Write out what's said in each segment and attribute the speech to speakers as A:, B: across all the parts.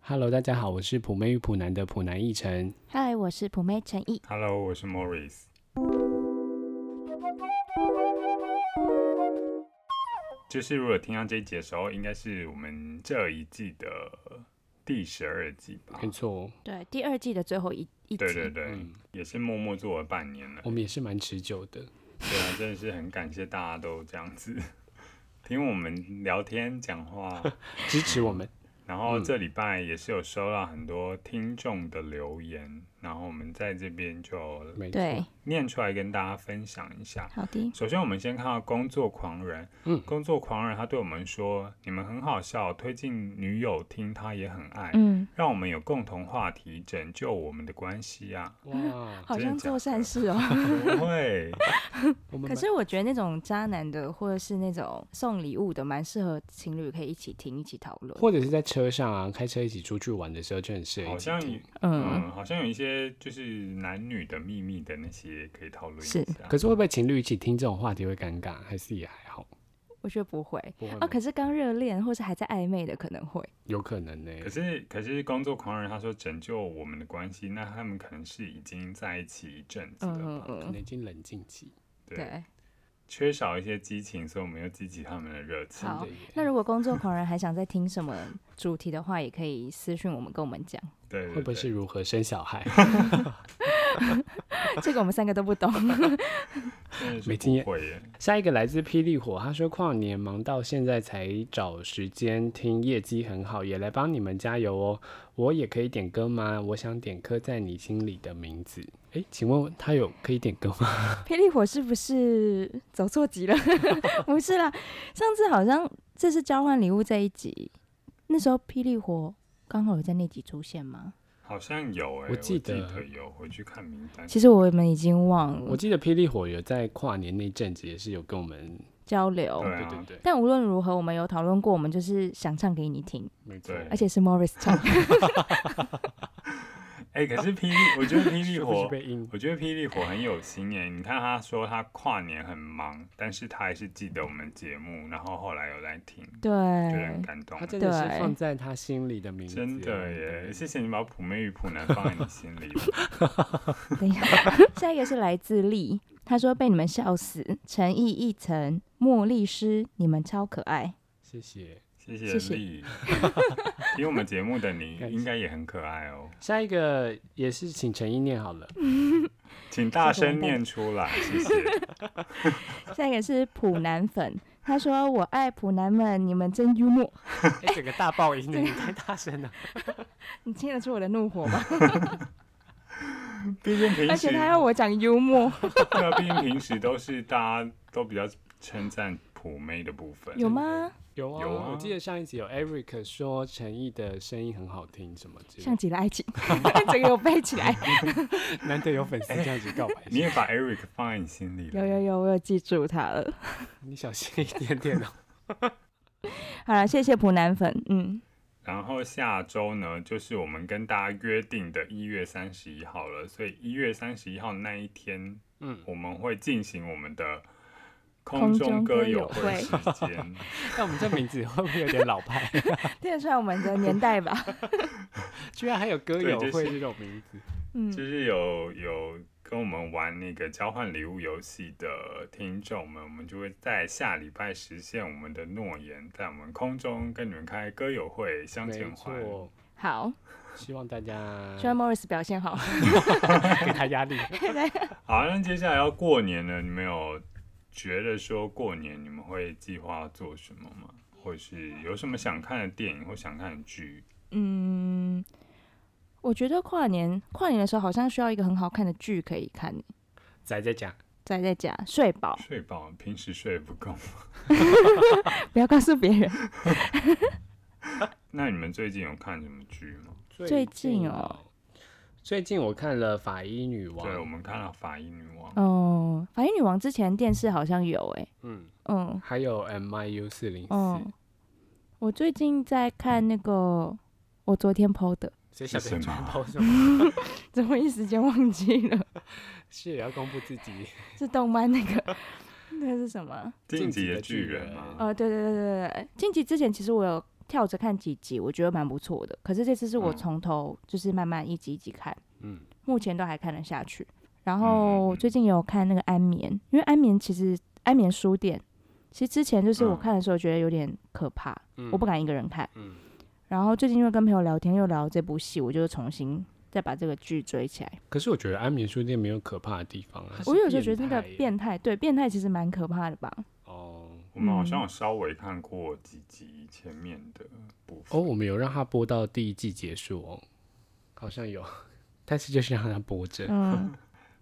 A: Hello，大家好，我是普妹与普男的普男一晨。
B: 嗨，我是普妹陈毅。
C: Hello，我是 Morris。就是如果听到这一集的时候，应该是我们这一季的第十二季吧
A: 没？错，
B: 对，第二季的最后一一集，
C: 对对对，
A: 嗯哦
C: 也是默默做了半年了
A: 我。们也是蛮持久 的。
C: 对啊，真的是很感谢大家都这样子 听我们聊天讲话。
A: 支持我们，
C: 然后
A: 嗯
C: 这礼拜也是有收到很多听众的留言，然后我们在这边就
A: 没错，
B: 对
C: 念出来跟大家分享一下。
B: 好的，
C: 首先，我们先看到工作狂人。
A: 嗯
C: 工作狂人他对我们说：“你们很好笑，推荐女友听，她也很爱，
B: 嗯，
C: 让我们有共同话题，拯救我们的关 系啊。
A: 哇，
B: 好像做善事 哦。”
C: 不会，
A: 我们
B: 可是我觉得那种渣男的，或者是那种送礼物的，蛮适合情侣可以一起听、一起讨论。
A: 或者是在车上啊，开车一起出去玩的时候就很适合
C: 好
A: 一起
C: 像
A: 听。
B: 嗯，
C: 嗯，好像有一些就是男女的秘密的那些可以讨论一下
B: 是。
A: 可是会不会情侣一起听这种话题会尴尬？还是也还好？
B: 我觉得不会。
A: 不会吗
C: 嗯
B: 哦，可是刚热恋或是还在暧昧的可能 会。
A: 有可能呢、
C: 可是，可是工作狂人他说拯救我们的关系，那他们可能是已经在一起一阵子了
B: 嗯
C: 吧？
A: 可
B: 嗯
A: 能
B: 嗯，
A: 已经冷静期。
C: 对，
B: 对。
C: 缺少一些激情，所以我们要激起他们的热情。
B: 好
A: 真的耶
B: 那如果工作狂人还想再听什么主题的话，也可以私讯我们，跟我们讲。
C: 对对对，
A: 会不会是如何生小孩？
B: 这个我们三个都不懂。
C: 真的是
A: 没经验
C: 不会耶？
A: 下一个来自霹雳火，他说跨年忙到现在才找时间听，业绩很好，也来帮你们加油哦。我也可以点歌吗？我想点刻在你心里的名字。诶，请问他有可以点歌吗？
B: 霹雳火是不是走错集了？ 不是啦，上次好像这是交换礼物这一集，那时候霹雳火刚好有在那集出现吗？
C: 好像有哎、
A: 我
C: 我
A: 记
C: 得
A: 得
C: 有，回去看名单。
B: 其实我们已经忘
A: 我
B: 了
A: 记得霹雳火有在跨年那阵子也是有跟我们，
B: 交流，
C: 对啊
A: 对对对，
B: 但无论如何，我们有讨论过，我们就是想唱给你听，
A: 没错。
C: 对
B: 而且是 Morris 唱。
C: 哎、可
B: 哦
C: 是霹雳，我觉得霹雳
A: 是 不是
C: 火，
A: 被阴？
C: 我觉得霹雳火很有心耶。你看他说他跨年很忙，但是他还是记得我们节目，然后后来有来听，觉得很
B: 对，
C: 感动
A: 他。真的是
B: 对
A: 放在他心里的名字，嗯
C: 真的耶！谢谢你把普妹与普男放在你心 里。
B: 等一下，下一个是来自丽，他说被你们笑死，陈毅、一层、茉莉诗，你们超可爱。
A: 谢谢。
C: 谢
B: 谢
C: 谢
B: 谢
C: 丽，听我们节目的你应该也很可爱哦，
A: 下一个也是请陈一念好了，
C: 请大声念出来，谢谢。
B: 下一个是普男粉，他说我爱普男们，你们真幽默。
A: 诶整个大爆音的，你太大声了。
B: 你听得出我的怒火吗？
C: 毕竟平
B: 而
C: 时
B: 且他要我讲幽默，
C: 对啊，毕竟平时都是大家都比较称赞普妹的部分。
B: 有吗？
A: 有啊，
C: 有啊
A: 我记得上一集有 Eric 说陈毅的声音很好听，什么之类
B: 像极了爱情，整个有背起来。
A: 的，难得有粉丝这样子告白
C: 哎你
A: 你
C: 也把 Eric 放在你心里了。
B: 有有有，我有记住他了。
A: 你小心一点点 哦。
B: 好了，谢谢普男粉，嗯，
C: 然后下周呢，就是我们跟大家约定的一月三十一号了，所以一月三十一号那一天，
A: 嗯，
C: 我们会进行我们的
B: 空
C: 空中
B: 中
C: 歌
B: 歌
C: 友
B: 友
C: 会
B: 会
C: 时间。
A: 但我们这名字会不会有点老派？
B: 听得出来我们的年代吧？
A: 居然还有歌
C: 对
A: 友
C: 就是
A: 会这种名字，
B: 嗯，
C: 就是有有跟我们玩那个交换礼物游戏的听众们，我们就会在下礼拜实现我们的诺言，在我们空中跟你们开歌友会相见
A: 没
C: 欢。
A: 错。
B: 好，
A: 希望大家
B: 希望 Morris 表现好。
A: 给他压 力。
C: 好，那接下来要过年了，你们有觉得说过年你们会计划做什么吗？或是有什么想看的电影或想看的剧？
B: 嗯，我觉得跨年跨年的时候好像需要一个很好看的剧可以看，
A: 宅在家，
B: 宅在家睡 饱，
C: 睡饱，平时睡不够。
B: 不要告诉别人。
C: 那你们最近有看什么剧吗？
B: 最近哦，
A: 最近我看了《法医女王
C: 对，我》，们看了《法医女王》
B: 哦，法医女王之前电视好像有哎、
A: 嗯，
B: 嗯，
A: 还有 M I U 四零
B: 哦
A: 四，，
B: 我最近在看那个，我昨天 PO 的，
A: 谁晓得
C: 是
A: 你
C: 什么
A: 抛什么？
B: 怎么一时间忘记了？
A: 是也要公布自己。
B: 是动漫那个，那个是什么？
C: 《
A: 进
C: 进
A: 击
C: 击的
A: 的
C: 巨
A: 巨
C: 人》
A: 人
C: 吗？
B: 哦，对对对对对，晋级之前其实我有跳着看几集，我觉得蛮不错的。可是这次是我
C: 嗯
B: 从头就是慢慢一集一集看，
A: 嗯，
B: 目前都还看得下去。然
C: 嗯嗯
B: 后
C: 嗯
B: 最近有看那个《安眠》，因为《安眠》其实《安眠书店》，其实之前就是我
C: 嗯
B: 看的时候觉得有点可怕，我不敢一个人看。
A: 嗯
B: 然后最近因为跟朋友聊天，又聊这部戏，我就重新再把这个剧追起来。
A: 可是我觉得安眠书店没有可怕的地方啊。
B: 我有时候觉得那
A: 那
B: 个变态，对变态其实蛮可怕的吧？
A: 哦
C: 我们好
B: 嗯
C: 像有稍微看过几集前面的部分。
A: 哦，我们有让它播到第一季结束哦，好像有， 但是就是让它播着。
B: 嗯，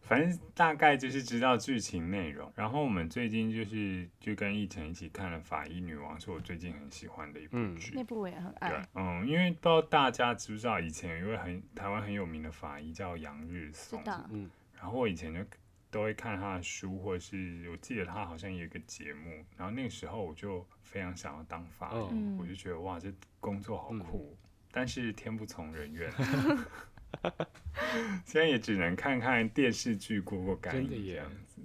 C: 反正大概就是知道剧情内容。然后我们最近就是就跟奕晨一起看了《法医女王》，是我最近很喜欢的一部
A: 嗯
C: 剧。
B: 那部我也很
C: 对
B: 爱，，
C: 嗯，因为不知道大家知不知道，以前有一位很台湾很有名的法医叫杨日
B: 知
C: 松，
B: 道。
A: 嗯
C: 然后我以前就都会看他的书，或者是我记得他好像有一个节目，然后那个时候我就非常想要当法医，
A: 哦
B: 嗯
C: 我就觉得哇，这工作
A: 嗯
C: 好酷，但是天不从人愿。 现在也只能看看电视剧过过干
A: 真的
C: 瘾这
A: 耶
C: 样子。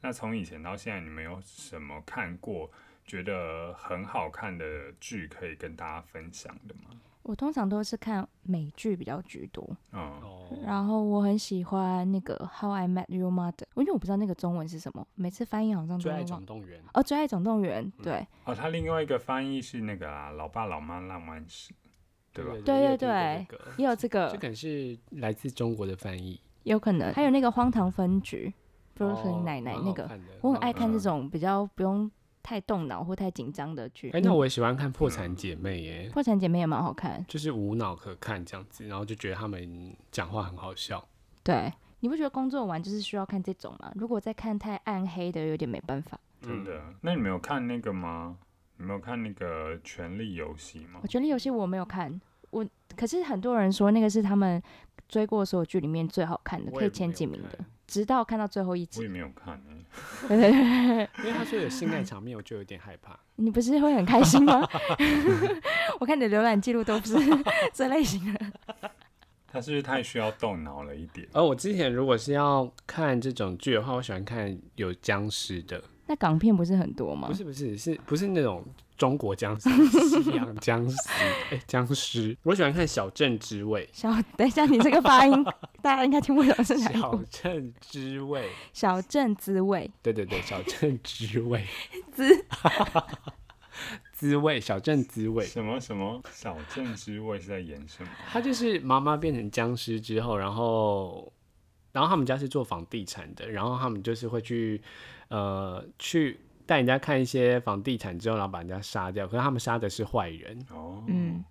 C: 那从以前到现在，你们有什么看过觉得很好看的剧可以跟大家分享的吗？
B: 我通常都是看美剧比较居多，
C: 嗯，
A: 哦，
B: 然后我很喜欢那个《How I Met Your Mother》，因为我不知道那个中文是什么，每次翻译好像都
A: 最爱
B: 会
A: 总
B: 忘。
A: 动员
B: 哦，《最爱总动员》
A: 嗯
B: 对
C: 哦，他另外一个翻译是那个啊，老爸老妈浪漫史，对吧？
A: 对
B: 对对
A: 对，
B: 也有这个，
A: 这可能是来自中国的翻译，
B: 有可能还有那个《荒唐分局》
A: 哦
B: Brooklyn 奶奶
A: 蛮
B: 那
A: 好
B: 个，
A: 看的
B: 我很爱
A: 嗯
B: 看这
C: 嗯
B: 种比较不用太动脑或太紧张的剧。
A: 哎，那
B: 嗯
A: 我也喜欢看《破产姐妹》耶，
B: 《破产姐妹》也蛮好看，
A: 就是无脑可看这样子，然后就觉得他们讲话很好笑。
B: 对。你不觉得工作完就是需要看这种吗？如果再看太暗黑的，有点没办法。
C: 真的？
A: 嗯
C: 那你们有看那个吗？你们有看那个《权力游戏》吗
B: 我？觉得有些我没有看，我可是很多人说那个是他们追过所有剧里面最好看的，
A: 我
B: 嗯可
A: 也
B: 以前
A: 没
B: 几
A: 有
B: 名的
A: 看，
B: 直到看到最后一
C: 我也
B: 集。
C: 没有看欸诶、
B: 对对对，
A: 因为他说有性爱场面，我就有点害怕。
B: 你不是会很开 心吗？我看你的浏览记录都不是 这类型的。
C: 他是不是太需要动脑了一点？
A: 而哦我之前如果是要看这种剧的话，我喜欢看有僵尸的，
B: 那港片不是很多吗
A: 不？是不是是不是那种中国僵尸，是西洋僵尸，哎、僵尸。我喜欢看小镇之味，
B: 小，等一下，你这个发音 大家应该听不懂是哪一
A: 小
B: 部。
A: 镇之味，
B: 小镇滋味，
A: 对对对，小镇之味，
B: 滋
A: 滋味，小镇滋味。
C: 什么什么小镇之味是在演什么？
A: 他就是妈妈变成僵尸之后，然后，然后他们家是做房地产的，然后他们就是会去，呃，去带人家看一些房地产之后，然后把人家杀掉。可是他们杀的是坏人，
C: 哦，
B: 嗯，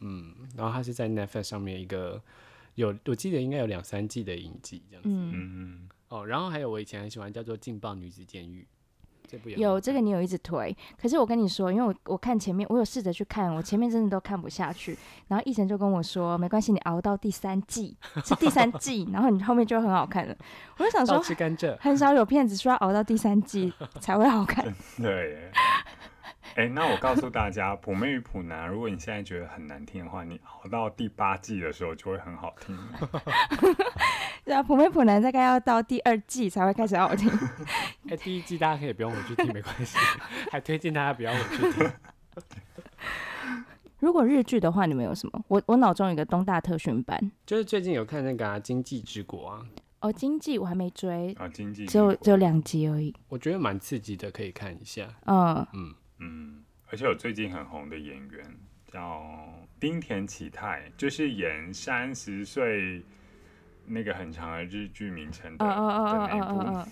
A: 嗯，然后他是在 Netflix 上面一个有，我记得应该有两三季的影集这样子。
B: 嗯，
C: 嗯，
A: 哦，然后还有我以前很喜欢叫做《劲爆女子监狱》，这部也很好
B: 有这个
A: 看
B: 你有一直推，可是我跟你说，因为我我看前面，我有试着去看，我前面真的都看不下去。然后医生就跟我说，没关系，你熬到第三季是第三季，然后你后面就会很好看了。我就想
A: 倒
B: 说，
A: 吃甘蔗。
B: 很少有片子说要熬到第三 季才会好看。
C: 对耶。哎、那我告诉大家，《普妹与普男》，如果你现在觉得很难听的话，你熬到第八季的时候就会很好听了。
B: 对啊，《普妹普男》大概要到第二季才会开始好听。
A: 哎、第一季大家可以不用回去听，没关系， 还推荐大家不要回去听。
B: 如果日剧的话，你们有什么？我我脑中有一个东大特训班，
A: 就是最近有看那个、啊《经济之国》啊，
B: 哦，经济我还没追，
C: 啊，经济
B: 只有
C: 帝国
B: 只有两集而已。
A: 我觉得蛮刺激的，可以看一下。
B: 嗯，
A: 嗯，
C: 嗯，而且有最近很红的演员叫丁田启泰，就是演三十岁那个很长的日剧名称的
B: 哦哦哦
C: 的
B: 哦
C: 那
B: 哦
C: 一
B: 哦
C: 部。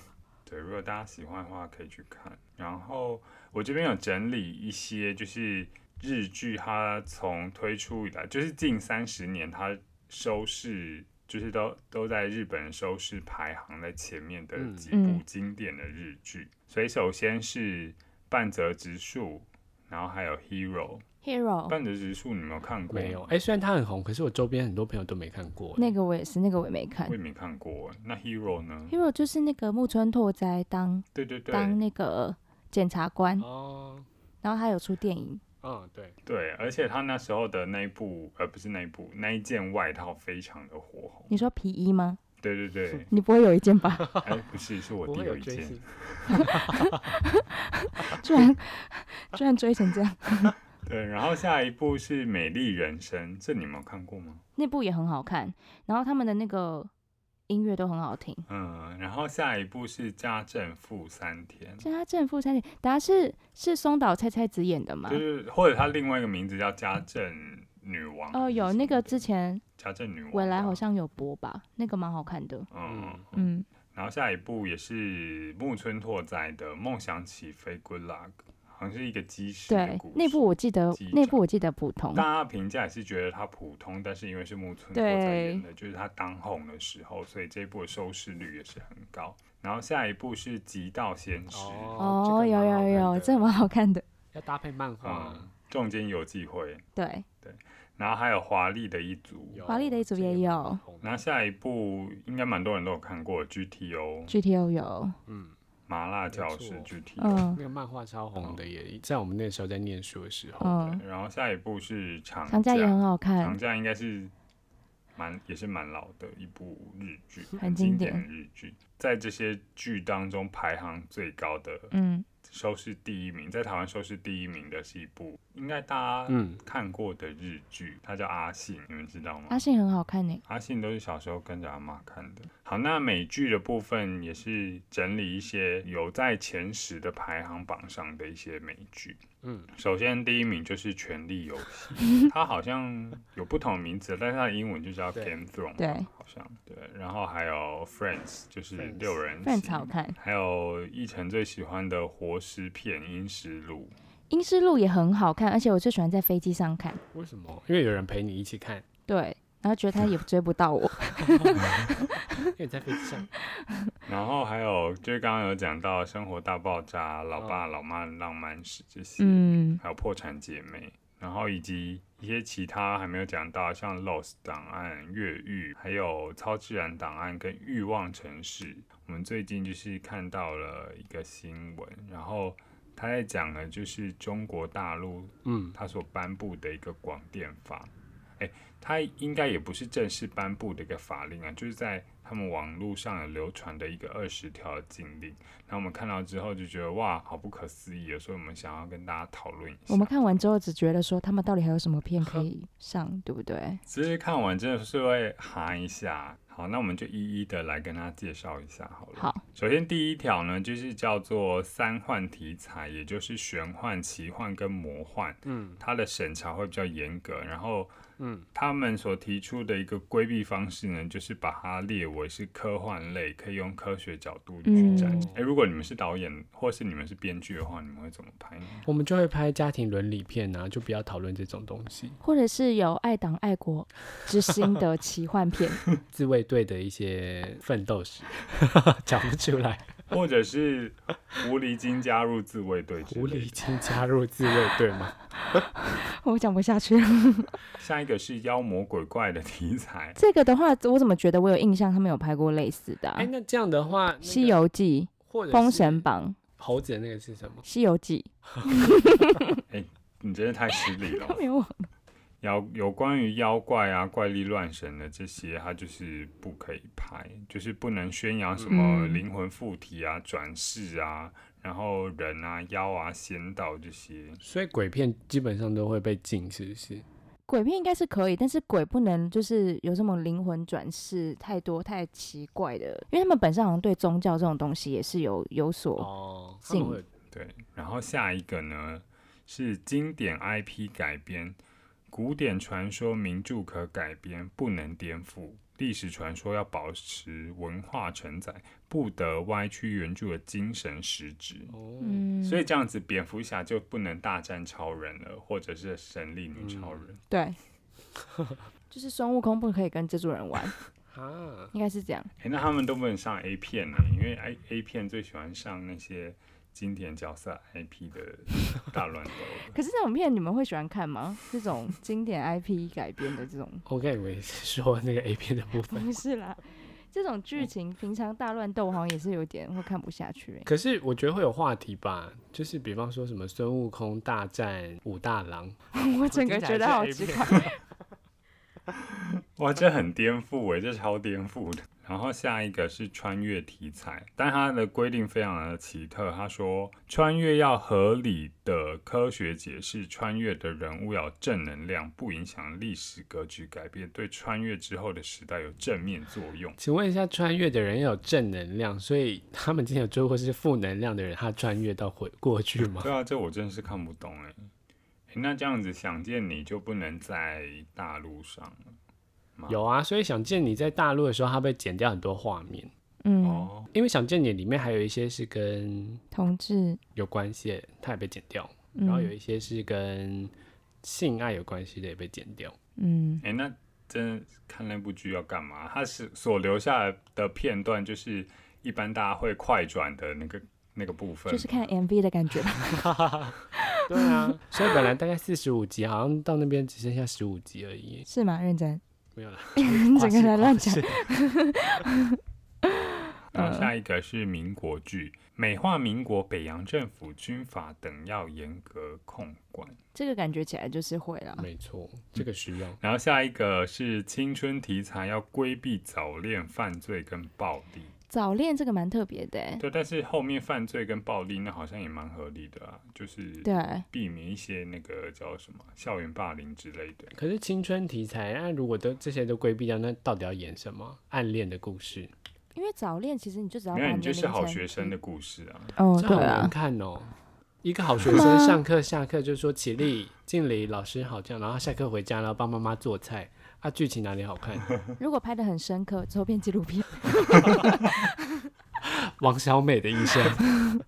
C: 对，如果大家喜欢的话，可以去看。然后我这边有整理一些，就是日剧它从推出以来，就是近三十年它收视。就是都都在日本收视排行在前面的
A: 嗯
C: 几
B: 嗯
C: 部经典的日剧，所以首先是半泽直树，然后还有 Hero。
B: ，Hero
C: 半泽直树你没有看过？
A: 没有。哎、虽然它很红，可是我周边很多朋友都没看过。
B: 啊那个我也是，那个我也没看
C: 我。也没看过。那 Hero 呢？
B: Hero 就是那个木村拓哉当
C: 对对对，
B: 当那个检察官，
A: 哦，
B: 然后他有出电影，
A: 嗯，对，
C: 对，而且他那时候的那一部，呃，不是那一部，那一件外套非常的火红。
B: 你说皮衣吗？，
C: 对对对
B: 你不会有意见吧？
C: 哎，不是，是我
A: 不
C: 弟
A: 会有
C: 一
A: 追
C: 件
A: 星。。
B: 居然居然追成这样，
C: 对，然后下一部是《美丽人生》，这你们有看过吗？
B: 那部也很好看，然后他们的那个音乐都很好听。
C: 嗯，然后下一部是《家政妇三天》，
B: 家政妇三点，答是是松岛菜菜子演的吗
C: 就？是或者它另外一个名字叫《家政女王》。
B: 哦，有那个之前
C: 家政女王，
B: 未来好像有播吧，那个蛮好看的。
C: 嗯，嗯，
B: 嗯，
C: 然后下一部也是木村拓哉的《梦想起飞 Good Luck》，好像是一个机师的
B: 对
C: 故，
B: 那
C: 事
B: 部我记得
C: 记忆，
B: 那
C: 长
B: 部我记得普通。
C: 大家评价也是觉得它普通，但是因为是木村拓哉演的，就是他当红的时候，所以这一部的收视率也是很高。然后下一部是《极道鲜师》，
B: 哦，
A: 嗯这个
B: 有
A: 蛮好
B: 有
A: 看
B: 有，
A: 的
B: 这蛮好看的。
A: 要搭配漫画，
C: 嗯，中间有机会，
B: 对，
C: 然后还有《华丽的一族》，
A: 有
B: 华丽的一族
A: 这个
B: 也
A: 蛮
B: 有
A: 红的
C: 然后下一部应该蛮多人都有看过《GTO》
B: GTO 有，
A: 嗯，
C: 麻辣教师
A: 没错
C: GTO，、
B: 嗯
A: 那个漫画超红的也，
B: 哦
A: 在我们那时候在念书的时候，
B: 嗯，
C: 然后下一部是长
B: 长假也很好
C: 长
B: 看，
C: 假应该是蛮也是蛮老的一部日剧，
B: 很经
C: 经
B: 典
C: 的日剧，在这些剧当中排行最高的
B: 嗯，
C: 收视第一名，在台湾收视第一名的是一部应该大家
A: 嗯，
C: 看过的日剧，它叫《阿信》，你们知道吗
B: 阿？信很好看呢。
C: 阿信都是小时候跟着阿妈看的。好，那美剧的部分也是整理一些有在前十的排行榜上的一些美剧。
A: 嗯，
C: 首先第一名就是《权力游戏》， 它好像有不同的名字，但是它的英文就叫
A: 对
C: Game Throne，
B: 对
C: 好像对。然后还有 Friends，就是六人
B: 非
C: 行
B: 常好看，
C: 还有奕晨最喜欢的活尸片《阴尸路》，
B: 英诗路也很好看，而且我最喜欢在飞机上看。
A: 为什么？因为有人陪你一起看，
B: 对，然后觉得他也追不到 我。
A: 因为你在飞机 上，
C: 然后还有就是刚刚有讲到《生活大爆炸》《老爸老妈的浪漫史》这些。
B: 嗯，
C: 还有《破产姐妹》，然后以及一些其他还没有讲到，像《Lost 档案》、《越狱》，还有《超自然档案》跟《欲望城市》。我们最近就是看到了一个新闻，然后他在讲的就是中国大陆
A: 嗯，
C: 他所颁布的一个广电法。哎，他应该也不是正式颁布的一个法令啊，就是在他们网络上有流传的一个二十条的禁令。那我们看到之后就觉得哇，好不可思议哦，所以我们想要跟大家讨论一下。
B: 我们看完之后只觉得说他们到底还有什么片可以上，对不对？
C: 其实看完真的是会哈一下。好，那我们就一一的来跟大家介绍一下好了。
B: 好，
C: 首先第一条呢，就是叫做三幻题材，也就是玄幻、奇幻跟魔幻，
A: 嗯
C: 它的审查会比较严格。然后
A: 嗯，
C: 他们所提出的一个规避方式呢，就是把它列为是科幻类，可以用科学角度去展。
B: 嗯
C: 哎、如果你们是导演或是你们是编剧的话，你们会怎么拍呢？
A: 我们就会拍家庭伦理片啊，就不要讨论这种东西。
B: 或者是有爱党爱国之心的奇 幻片，
A: 自卫队的一些奋斗史， 讲不出来。
C: 或者是狐狸精加入自卫队之类
A: 狐
C: 的？
A: 狸精加入自卫队吗？
B: 我讲不下去了。
C: 下一个是妖魔鬼怪的题材，
B: 这个的话，我怎么觉得我有印象，他们有拍过类似的、啊
A: 哎、那这样的话，那个
B: 《西游记》
A: 或者是
B: 《封神榜》
A: 猴子的那个是什么？
B: 《西游记
C: 你真的太失
B: 。
C: 礼》了
A: 哦
B: 没有，
C: 妖有关于妖怪啊、怪力乱神的这些，它就是不可以拍，就是不能宣扬什么
B: 嗯
C: 灵魂附体啊、转世啊，然后人啊、妖啊、仙道这些。
A: 所以鬼片基本上都会被禁，是不是？
B: 鬼片应该是可以，但是鬼不能就是有这种灵魂转世太多太奇怪的，因为他们本身好像对宗教这种东西也是有有所
A: 哦，他
B: 禁
A: 们会有
C: 对，然后下一个呢是经典 IP 改编，古典传说名著可改编，不能颠覆；历史传说要保持文化承载，不得歪曲原著的精神实质。
A: 哦，
B: 嗯，
C: 所以这样子，蝙蝠侠就不能大战超人了，或者是神力女超人。
B: 对，就是孙悟空不可以跟蜘蛛人玩，
A: 啊，
B: 应该是这样。
C: 诶，那他们都不能上 A 片呢、因为 A A 片最喜欢上那些经典角色 IP 的大乱斗了。
B: 可是这种片你们会喜欢看吗？这种经典 IP 改编的这种，
A: 我刚以为是说那个 A 片的部分。
B: 不是啦， 这种剧情平常大乱斗我好像也是有点会看不下去、欸。
A: 可是我觉得会有话题吧，就是比方说什么孙悟空大战武大郎，
B: 我整个
A: 听起来
B: 觉得
A: 是
B: 好
A: A
B: 奇
A: 片
B: 怪。
C: 欸哇，这很颠覆诶，这超颠覆的。然后下一个是穿越题材，但它的规定非常的奇特。他说，穿越要合理的科学解释，穿越的人物要正能量，不影响历史格局改变，对穿越之后的时代有正面作用。
A: 请问一下，穿越的人要有正能量，所以他们之前有追过是负能量的人，他穿越到回过去吗？
C: 对啊，这我真的是看不懂哎、诶那这样子，想见你就不能在大陆上了吗？
A: 有啊，所以想见你在大陆的时候，他被剪掉很多画面，
B: 嗯，
C: 哦，
A: 因为想见你里面还有一些是跟
B: 同志，
A: 有关系的，它也被剪掉，然后有
B: 嗯
A: 一些是跟性爱有关系的也被剪 掉。
B: 嗯，
C: 哎、那真的看那部剧要干嘛？它是所留下来的片段，就是一般大家会快转的那个那个部分，
B: 就是看 MV 的感觉吧。
A: 对啊，所以本来大概四十五集，好像到那边只剩下十五集而已，
B: 是吗？认真，
A: 没 有了。
B: 整个在乱讲
A: 夸。饰
C: 然
B: 嗯
C: 后下一个是民国剧，美化民国北洋政府军阀等要严格控管。
B: 这个感觉起来就是会了。
A: 没错，这个需要。
C: 然后下一个是青春题材，要规避早恋、犯罪跟暴力。
B: 早恋这个蛮特别的、欸，
C: 对，但是后面犯罪跟暴力那好像也蛮合理的啊，就是
B: 对，
C: 避免一些那个叫什么校园霸凌之类的。
A: 可是青春题材，那如果都这些都规避掉，那到底要演什么？暗恋的故事，
B: 因为早恋其实你就只要
C: 没
B: 把
C: 有，
B: 你
C: 你
B: 的
C: 就是
B: 名
C: 好
B: 称
C: 学生的故事啊。
B: 哦，
A: 这
B: 对
A: 好难
B: 啊，
A: 看哦。一个好学生上课下课就说起立敬礼，老师好这样，然后下课回家然后帮妈妈做菜，啊，剧情哪里好看？
B: 如果拍的很深刻，之后变纪录片，
A: 王小美的一生，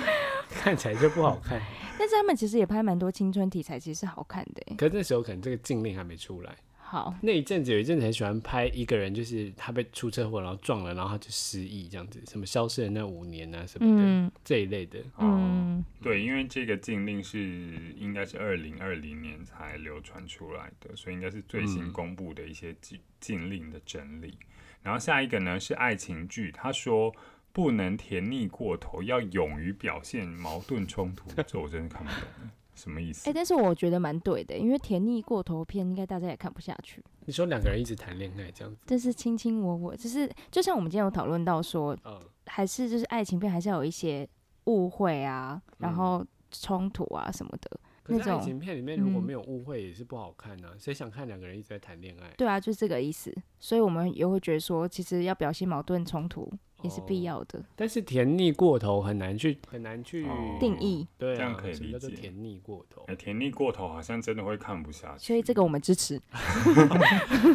A: 看起来就不好看。
B: 但是他们其实也拍蛮多青春题材，其实是好看的、欸。
A: 可是那时候可能这个禁令还没出来，
B: 好，
A: 那一阵子有一阵子很喜欢拍一个人，就是他被出车祸然后撞了，然后他就失忆这样子，什么消失的那五年啊什么的、
B: 嗯
A: 这一类的。
B: 嗯，
C: 哦对，因为这个禁令是应该是二零二零年才流传出来的，所以应该是最新
A: 嗯
C: 公布的一些禁禁令的整理。然后下一个呢是爱情剧，他说不能甜腻过头，要勇于表现矛盾冲突， 这我真的看不懂，什么意
B: 哎、
C: 思？
B: 但是我觉得蛮对的，因为甜腻过头片应该大家也看不下去。
A: 你说两个人一直谈恋爱这样子，
B: 这是卿卿我我，就是就像我们今天有讨论到说，
A: 嗯，
B: 还是就是爱情片还是要有一些误会啊，然
A: 嗯
B: 后冲突啊什么的。
A: 可是
B: 那种
A: 爱情片里面如果
B: 嗯
A: 没有误会也是不好看啊，谁想看两个人一直在谈恋爱？
B: 对啊，就是这个意思。所以我们也会觉得说，其实要表现矛盾冲突也是必
A: 哦
B: 要的、
A: 但是甜腻过头很难去很难去、
C: 哦
B: 定义，
A: 对啊，
C: 这样可以
A: 什么
C: 理
A: 叫做
C: 解
A: 甜腻过 头
C: 哎，？甜腻过头好像真的会看不下去，
B: 所以这个我们支持。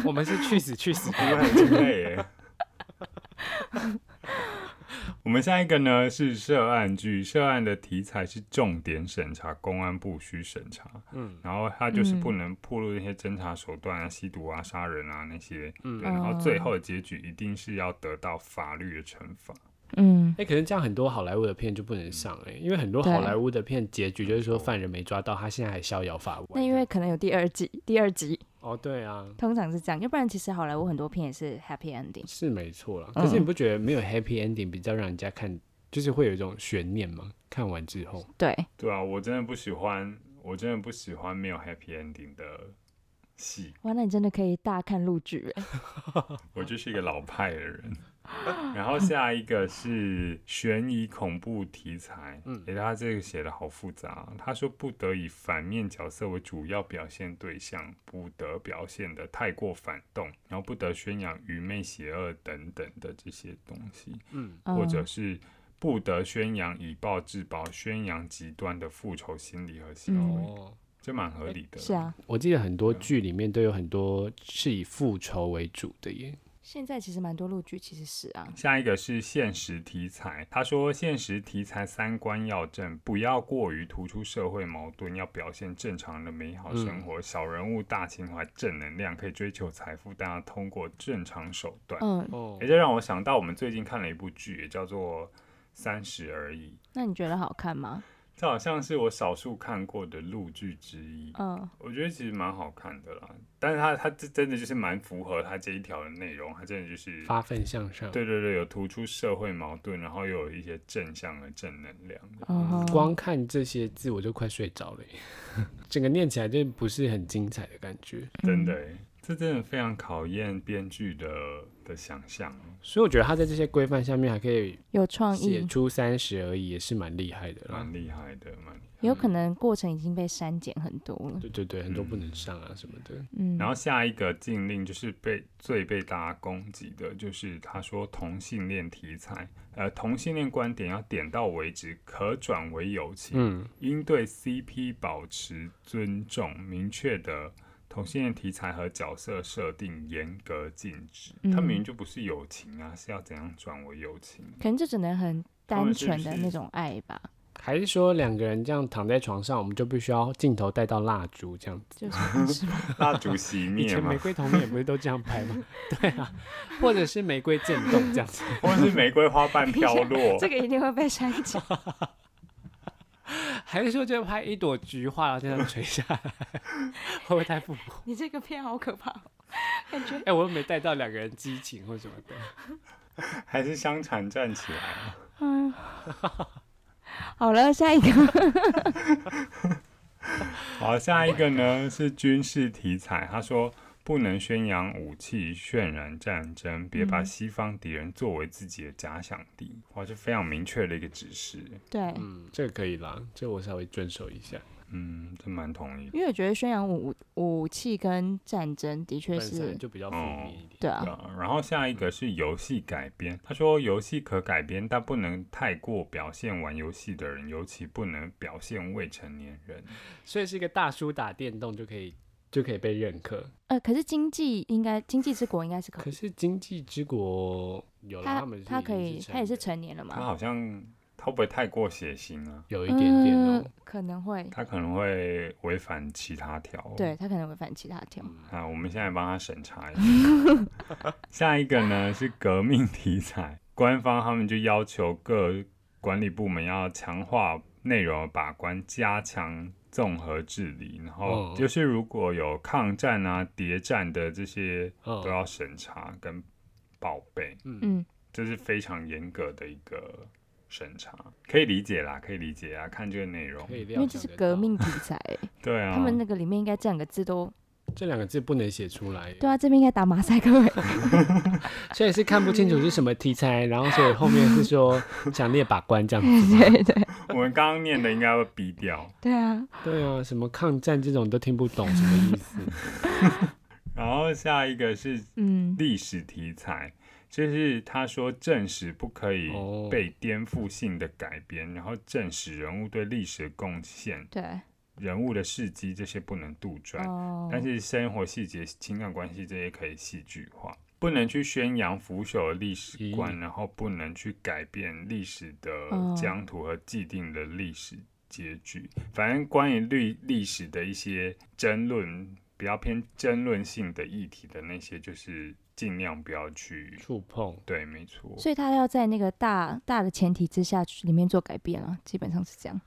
A: 我们是去死去 死，
C: 因为很累耶。我们下一个呢是涉案剧，涉案的题材是重点审查，公安部需审查。
A: 嗯
C: 然后它就是不
B: 嗯
C: 能暴露那些侦查手段啊、吸毒啊、杀人啊那些。对
A: 嗯。
C: 然后最
B: 哦
C: 后的结局一定是要得到法律的惩罚。
B: 嗯，
A: 哎、可是这样很多好莱坞的片就不能上哎、因为很多
B: 对啊
A: 好莱坞的片结局就是说犯人没抓到，他现在还逍遥法外这
B: 那
A: 样。
B: 因为可能有第二季，第二集
A: 哦，对啊，
B: 通常是这样，要不然其实好莱坞很多片也是 happy ending。
A: 是没错啦。
B: 嗯
A: 可是你不觉得没有 happy ending 比较让人家看，就是会有一种悬念吗？看完之后，
B: 对，
C: 对啊，我真的不喜欢，我真的不喜欢没有 happy ending 的戏。
B: 哇，那你真的可以大看陆剧
C: 哎
B: 欸，
C: 我就是一个老派的人。 然后下一个是悬疑恐怖题材，嗯
A: 嗯，
C: 诶、他这个写的好复杂啊、他说不得以反面角色为主要表现对象，不得表现的太过反动，然后不得宣扬愚昧、邪恶等等的这些东西，
A: 嗯，
C: 或者
B: 嗯
C: 是不得宣扬以暴制暴，宣扬极端的复仇心理和行为，
A: 哦，
C: 这蛮合理
B: 嗯
C: 的。
B: 是，啊，
A: 我记得很多剧里面都有很多是以复仇为主的耶。
B: 现在其实蛮多陆剧其实是啊，
C: 下一个是现实题材，他说现实题材三观要正，不要过于突出社会矛盾，要表现正常的美好生
A: 嗯
C: 活，小人物大情怀，正能量，可以追求财富，但要通过正常手段。
B: 嗯，
A: 哦
C: 诶，这让我想到我们最近看了一部剧，也叫做《三十而已》，
B: 那你觉得好看吗？
C: 这好像是我少数看过的陆剧之一。
A: 哦
B: 嗯，
C: 我觉得其实蛮好看的啦，但是它它这真的就是蛮符合它这一条的内容，它真的就是
A: 发奋向上，
C: 对对对，有突出社会矛盾，然后又有一些正向的正能量的。
B: 嗯哼
A: 光看这些字我就快睡着了耶， 整个念起来就不是很精彩的感觉。
C: 真的欸，这真的非常考验编剧的的想象。
A: 所以我觉得他在这些规范下面还可以
B: 有创
A: 写
B: 意，
A: 出三十而已，也是蛮厉害的啦。
C: 蛮厉害的，蛮厉害。
B: 有可能过程已经被删减很多了。
A: 对对对，很多
C: 嗯
A: 不能上啊什么的。
B: 嗯，
C: 然后下一个禁令就是被最被大家攻击的，就是他说同性恋题材，呃，同性恋观点要点到为止，可转为友情，
A: 嗯，
C: 应对 CP 保持尊重，明确的同性恋题材和角色设定严格禁止。
B: 嗯
C: 他明明就不是友情啊，是要怎样转为友情？啊
B: 可能就只能很
C: 他
B: 单
C: 们是不
B: 纯的
C: 是
B: 那种爱吧，
A: 还是说两个人这样躺在床上，我们就必须要镜头带到蜡烛这样子。
B: 就是是 吧
C: 蜡烛熄
A: 以
C: 灭
A: 前
C: 吗
A: 玫？瑰童年不是都这样拍吗？ 对啊，或者是玫瑰震动这样子。
C: 或是玫瑰 花瓣飘落？
B: 这个一定会被删 减。
A: 还是说就拍一朵菊花，然后这样垂下来， 会不会太复古？
B: 你这个片好可怕哦， 感觉
A: 哎、我又没带到两个人激情或什么的。
C: 还是香肠站起来？啊
B: 嗯。好了，下一个
C: 好，下一个呢是军事题材。他说不能宣扬武器，渲染战争，别把
B: 嗯
C: 西方敌人作为自己的假想敌。哇，这非常明确的一个指示。
B: 对，
A: 嗯，这个可以啦，这个我稍微遵守一下。
C: 嗯，这蛮同意的。
B: 因为我觉得宣扬武武器跟战争的确
A: 本身
B: 是，
A: 就比较负面一点。
B: 对啊，
C: 啊然后下一个是游戏改编。他说游戏可改编，但不能太过表现玩游戏的人，尤其不能表现未成年人。
A: 所以是一个大叔打电动就可以就可以被认可。
B: 呃，可是经济应该经济之国应该是可
A: 可
B: 以，
A: 是经济之国有了
B: 他
A: 们
B: 他
A: 他
B: 可以他也是
A: 成
B: 成年了嘛
C: 他，好像他会不会太过血腥啊？
A: 有一点点哦、
B: 呃可能会，
C: 他可能会违反其他条。
B: 对他可能违反其他条，
C: 啊，我们现在帮他审查一下。 下一个呢是革命题材，官方他们就要求各管理部门要强化内容的把关，加强综合治理，然后
A: 哦
C: 就是如果有抗战啊、谍战的这些
A: 哦
C: 都要审查跟报备，
B: 嗯，
C: 这是非常严格的一个审查，可以理解啦，可以理解啊，看这个内容
A: 哦可，以料想得到
B: 因为这是革，命题 材欸，
C: 对啊，
B: 他们那个里面应该这两个字都，
A: 这两个字不能写出来，
B: 对啊，这边应该打马赛克欸，
A: 所以是看不清楚是什么题材，然后所以后面是 说强烈把关这样子。
B: 对对
C: 我们刚刚念的应该会逼掉。
B: 对啊，
A: 对啊，什么抗战这种都听不懂，什么意思？
C: 然后下一个是
B: 嗯，
C: 历史题材，就是他说正史不可以
A: 哦
C: 被颠覆性的改编，然后正史人物对历史的贡献、
B: 对，
C: 人物的事迹这些不能杜撰，
B: 哦，
C: 但是生活细节、情感关系这些可以戏剧化。不能去宣扬腐朽的历史观，然后不能去改变历史的
B: 哦
C: 疆土和既定的历史结局。反正关于历历史的一些争论，比较偏争论性的议题的那些，就是尽量不要去。
A: 触碰，
C: 对，没错。
B: 所以他要在那个大大的前提之下去里面做改变了，基本上是这样，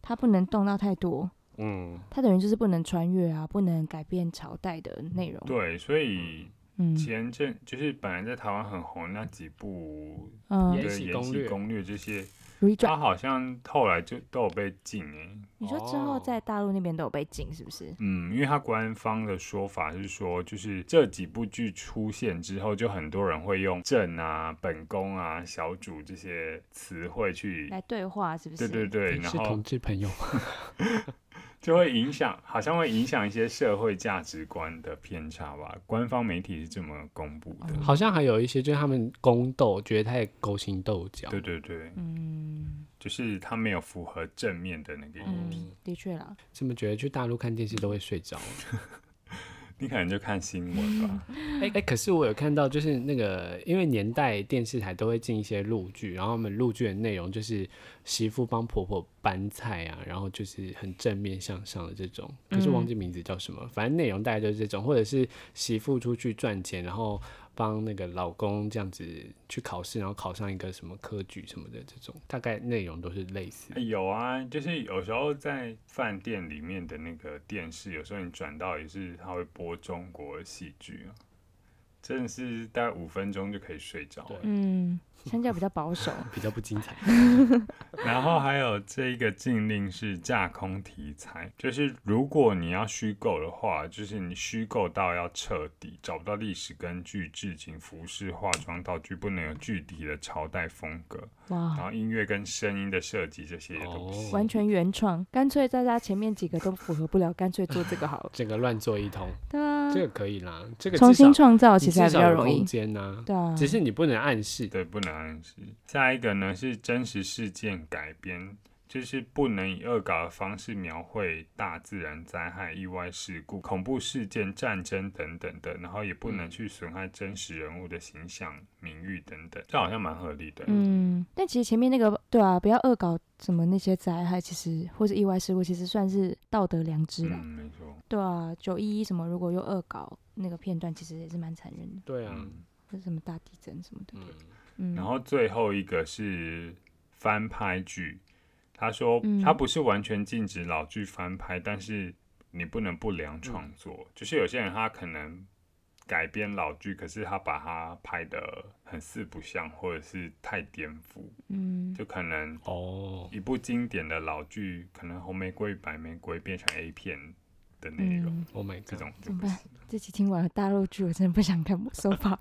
B: 他不能动到太多，
A: 嗯，
B: 他等于就是不能穿越啊，不能改变朝代的内容，
C: 对，所以
B: 嗯
C: 前阵就是本来在台湾很红那几部
B: 嗯
A: 也，哦
C: 对《
A: 延禧
C: 延
A: 攻
C: 禧
A: 略
C: 攻略》这些，
B: 如懿传
C: 它，好像后来就都有被禁诶、
B: 你说之后
A: 哦
B: 在大陆那边都有被禁是不是？
C: 嗯，因为它官方的说法是说，就是这几部剧出现之后，就很多人会用“正”啊、“本宫”啊、“小主”这些词汇去，
B: 来对话是不
C: 对
B: 是？
C: 对对，
A: 你
C: 然
A: 是同
C: 后
A: 志朋友吗，
C: 就会影响，好像会影响一些社会价值观的偏差吧。官方媒体是这么公布
B: 哦
C: 的，
A: 好像还有一些就是他们宫斗，觉得太勾心斗角。
C: 对对对，
B: 嗯，
C: 就是它没有符合正面的那个意
B: 嗯
C: 义。
B: 的确啦，
A: 这么觉得去大陆看电视都会睡着。
C: 你可能就看新闻吧，
A: 哎、哎，可是我有看到，就是那个，因为年代电视台都会进一些录剧，然后他们录剧的内容就是媳妇帮婆婆搬菜啊，然后就是很正面向上的这种。可是忘
B: 嗯
A: 记名字叫什么，反正内容大概就是这种，或者是媳妇出去赚钱，然后帮那个老公这样子去考试，然后考上一个什么科举什么的这种，大概内容都是类似
C: 哎。有啊，就是有时候在饭店里面的那个电视，有时候你转到也是它会播中国戏剧啊，真的是大概五分钟就可以睡着了。
B: 嗯，相较比较保守，
A: 比较不精彩。
C: 然后还有这一个禁令是架空题材，就是如果你要虚构的话，就是你虚构到要彻底，找不到历史根据、置景、服饰、化妆、道具，不能有具体的朝代风格，然
B: 哇，
C: 后音乐跟声音的设计这些都不行。
A: 哦
B: 完全原创，干脆大家前面几个都符合不了，干脆做这个好了。
A: 整个乱做一通，
B: 对啊，
A: 这个可以啦，这个
B: 重
A: 至少
B: 新创造
A: 你
B: 其实
A: 至
B: 还比
A: 少
B: 较
A: 有
B: 容易
A: 空。间呐、
B: 对啊，
A: 只是你不能暗示。
C: 对，不能暗示。下一个呢是真实事件改编，就是不能以恶搞的方式描绘大自然灾害、意外事故、恐怖事件、战争等等的，然后也不能去损害真实人物的形象、名誉等等。这好像蛮合理的。
B: 嗯，但其实前面那个对啊，不要恶搞什么那些灾害，其实或是意外事故，其实算是道德良知
C: 嗯，
B: 了。
C: 没错。
B: 对啊，九一一什么，如果又恶搞那个片段，其实也是蛮残忍的，
A: 对啊，
C: 嗯，
B: 就是什么大地震什么的。
A: 嗯，
B: 嗯，
C: 然后最后一个是翻拍剧，他说
B: 嗯
C: 他不是完全禁止老剧翻拍，但是你不能不良创作，
B: 嗯
C: 就是有些人他可能改编老剧，可是他把它拍的很四不像，或者是太颠覆，
B: 嗯，
C: 就可能
A: 哦，
C: 一部经典的老剧，可能红玫瑰、白玫瑰变成 A 片的内容，
B: 嗯，
A: Oh my
C: 这
A: god！
C: 种
B: 怎
C: 就
B: 么
C: 不
B: 办
C: 行。？
B: 这期听完了大陆剧，我真的不想看《手法》。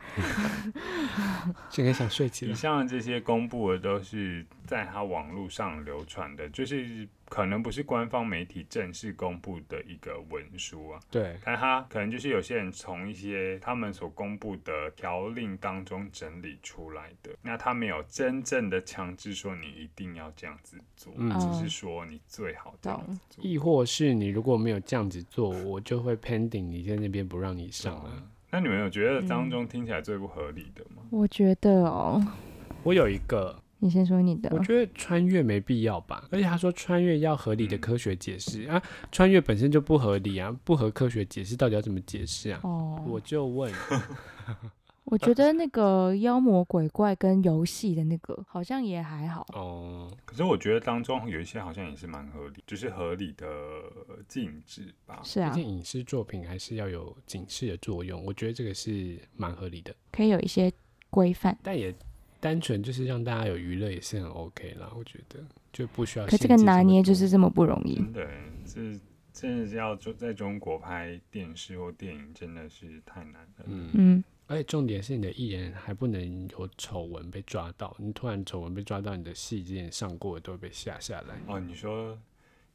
A: 这个想睡起
C: 以
A: 来。
C: 上的这些公布的都是在它网络上流传的，就是可能不是官方媒体正式公布的一个文书啊，
A: 对，
C: 但它可能就是有些人从一些他们所公布的条令当中整理出来的。那他没有真正的强制说你一定要这样子做，
A: 嗯
C: 只是说你最好这样子做。
A: 亦或是你如果没有这样子做，我就会 pending 你在那边不让你上啊。
C: 那你们有觉得当中听起来最不合理的吗？
B: 我觉得哦，
A: 我有一个，
B: 你先说你的
A: 我。觉得穿越没必要吧，而且他说穿越要合理的
C: 嗯
A: 科学解释、啊，穿越本身就不合理啊，不合科学解释到底要怎么解释啊？
B: 哦，
A: 我就 问，
B: 我觉得那个妖魔鬼怪跟游戏的那个好像也还好。
A: 哦，
C: 可是我觉得当中有一些好像也是蛮合理，就是合理的禁止吧。
B: 是
A: 毕
B: 啊
A: 竟，影视作品还是要有警示的作用，我觉得这个是蛮合理的，
B: 可以有一些规范，
A: 但也单纯就是让大家有娱乐也是很 OK 啦，我觉得就不需要。
B: 可这个拿捏就是这么不容易。
C: 真的欸，这真的是要中在中国拍电视或电影，真的是太难了。
A: 嗯，
B: 嗯，
A: 而且重点是你的艺人还不能有丑闻被抓到，你突然丑闻被抓到，你的戏之前上过的都会被下下来。
C: 哦，你说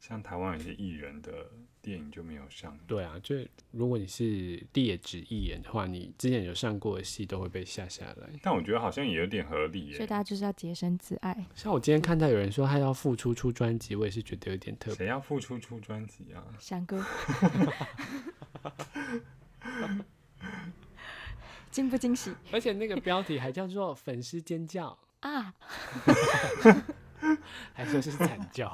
C: 像台湾有些艺人的电影就没有上，
A: 对啊，就是如果你是劣质艺人的话，你之前有上过的戏都会被下下来。
C: 但我觉得好像也有点合理耶、
B: 所以大家就是要洁身自爱。
A: 像我今天看到有人说他要复出出专辑，我也是觉得有点特别。
C: 谁要付出出专辑啊？
B: 翔哥， 惊不惊喜
A: 而且那个标题还叫做“粉丝尖叫
B: 啊？”，
A: 还说是惨叫。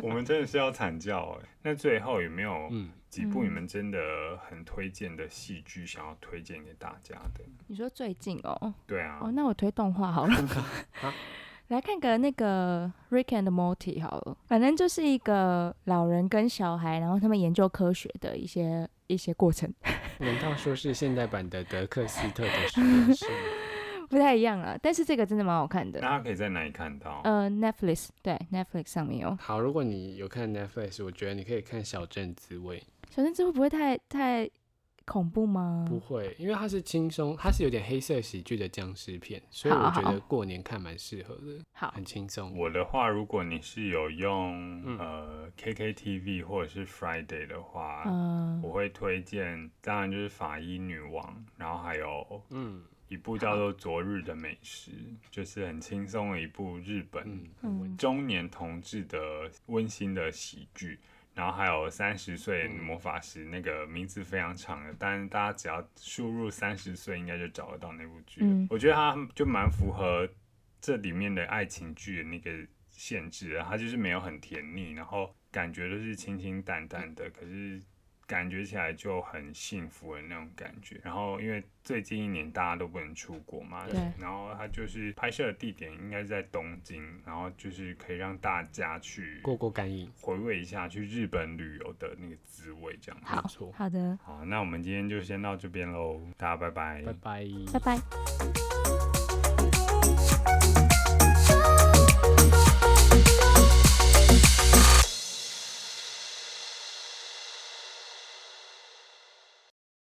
C: 我们真的是要惨叫哎、那最后有没有
A: 嗯，
C: 几部你
B: 嗯
C: 们真的很推荐的戏剧想要推荐给大家的？
B: 你说最近哦，
C: 对啊，
B: 哦，那我推动画 好了。啊来看个那个《Rick and Morty》好了，反正就是一个老人跟小孩，然后他们研究科学的一些一些过程，
A: 难道说是现代版的德克斯特的实验室吗？
B: 不太一样了。但是这个真的蛮好看的
C: 大，家可以在哪里看到？
B: 呃，Netflix 对 Netflix 上面有。
A: 好，如果你有看 Netflix，我觉得你可以看《小镇滋味》，
B: 小镇之会不会太太恐怖吗？
A: 不会，因为它是轻松，它是有点黑色喜剧的僵尸片，所以我
B: 好
A: 觉
B: 好
A: 得过年看蛮适合的，
B: 好，
A: 很轻松。
C: 我的话，如果你是有用、
A: 嗯
C: 呃 KKTV 或者是 Friday 的话，
B: 嗯、
C: 我会推荐，当然就是《法医女王》，然后还有
A: 嗯
C: 一部叫做《昨日的美食》，就是很轻松的一部日本
A: 嗯，很温
B: 嗯
C: 中年同志的温馨的喜剧。然后还有三十岁
A: 嗯
C: 魔法师，那个名字非常长的，但是大家只要输入三十岁，应该就找得到那部剧了。
B: 嗯
C: 我觉得它就蛮符合这里面的爱情剧的那个限制的，它就是没有很甜腻，然后感觉都是清清淡淡的，可是感觉起来就很幸福的那种感觉。然后因为最近一年大家都不能出国嘛
B: 对，
C: 然后它就是拍摄的地点应该是在东京，然后就是可以让大家去
A: 过过干瘾，
C: 回味一下去日本旅游的那个滋味，这样子。
A: 没错，
B: 好的，
C: 好，那我们今天就先到这边喽，大家拜拜
A: 拜拜。
B: 拜拜。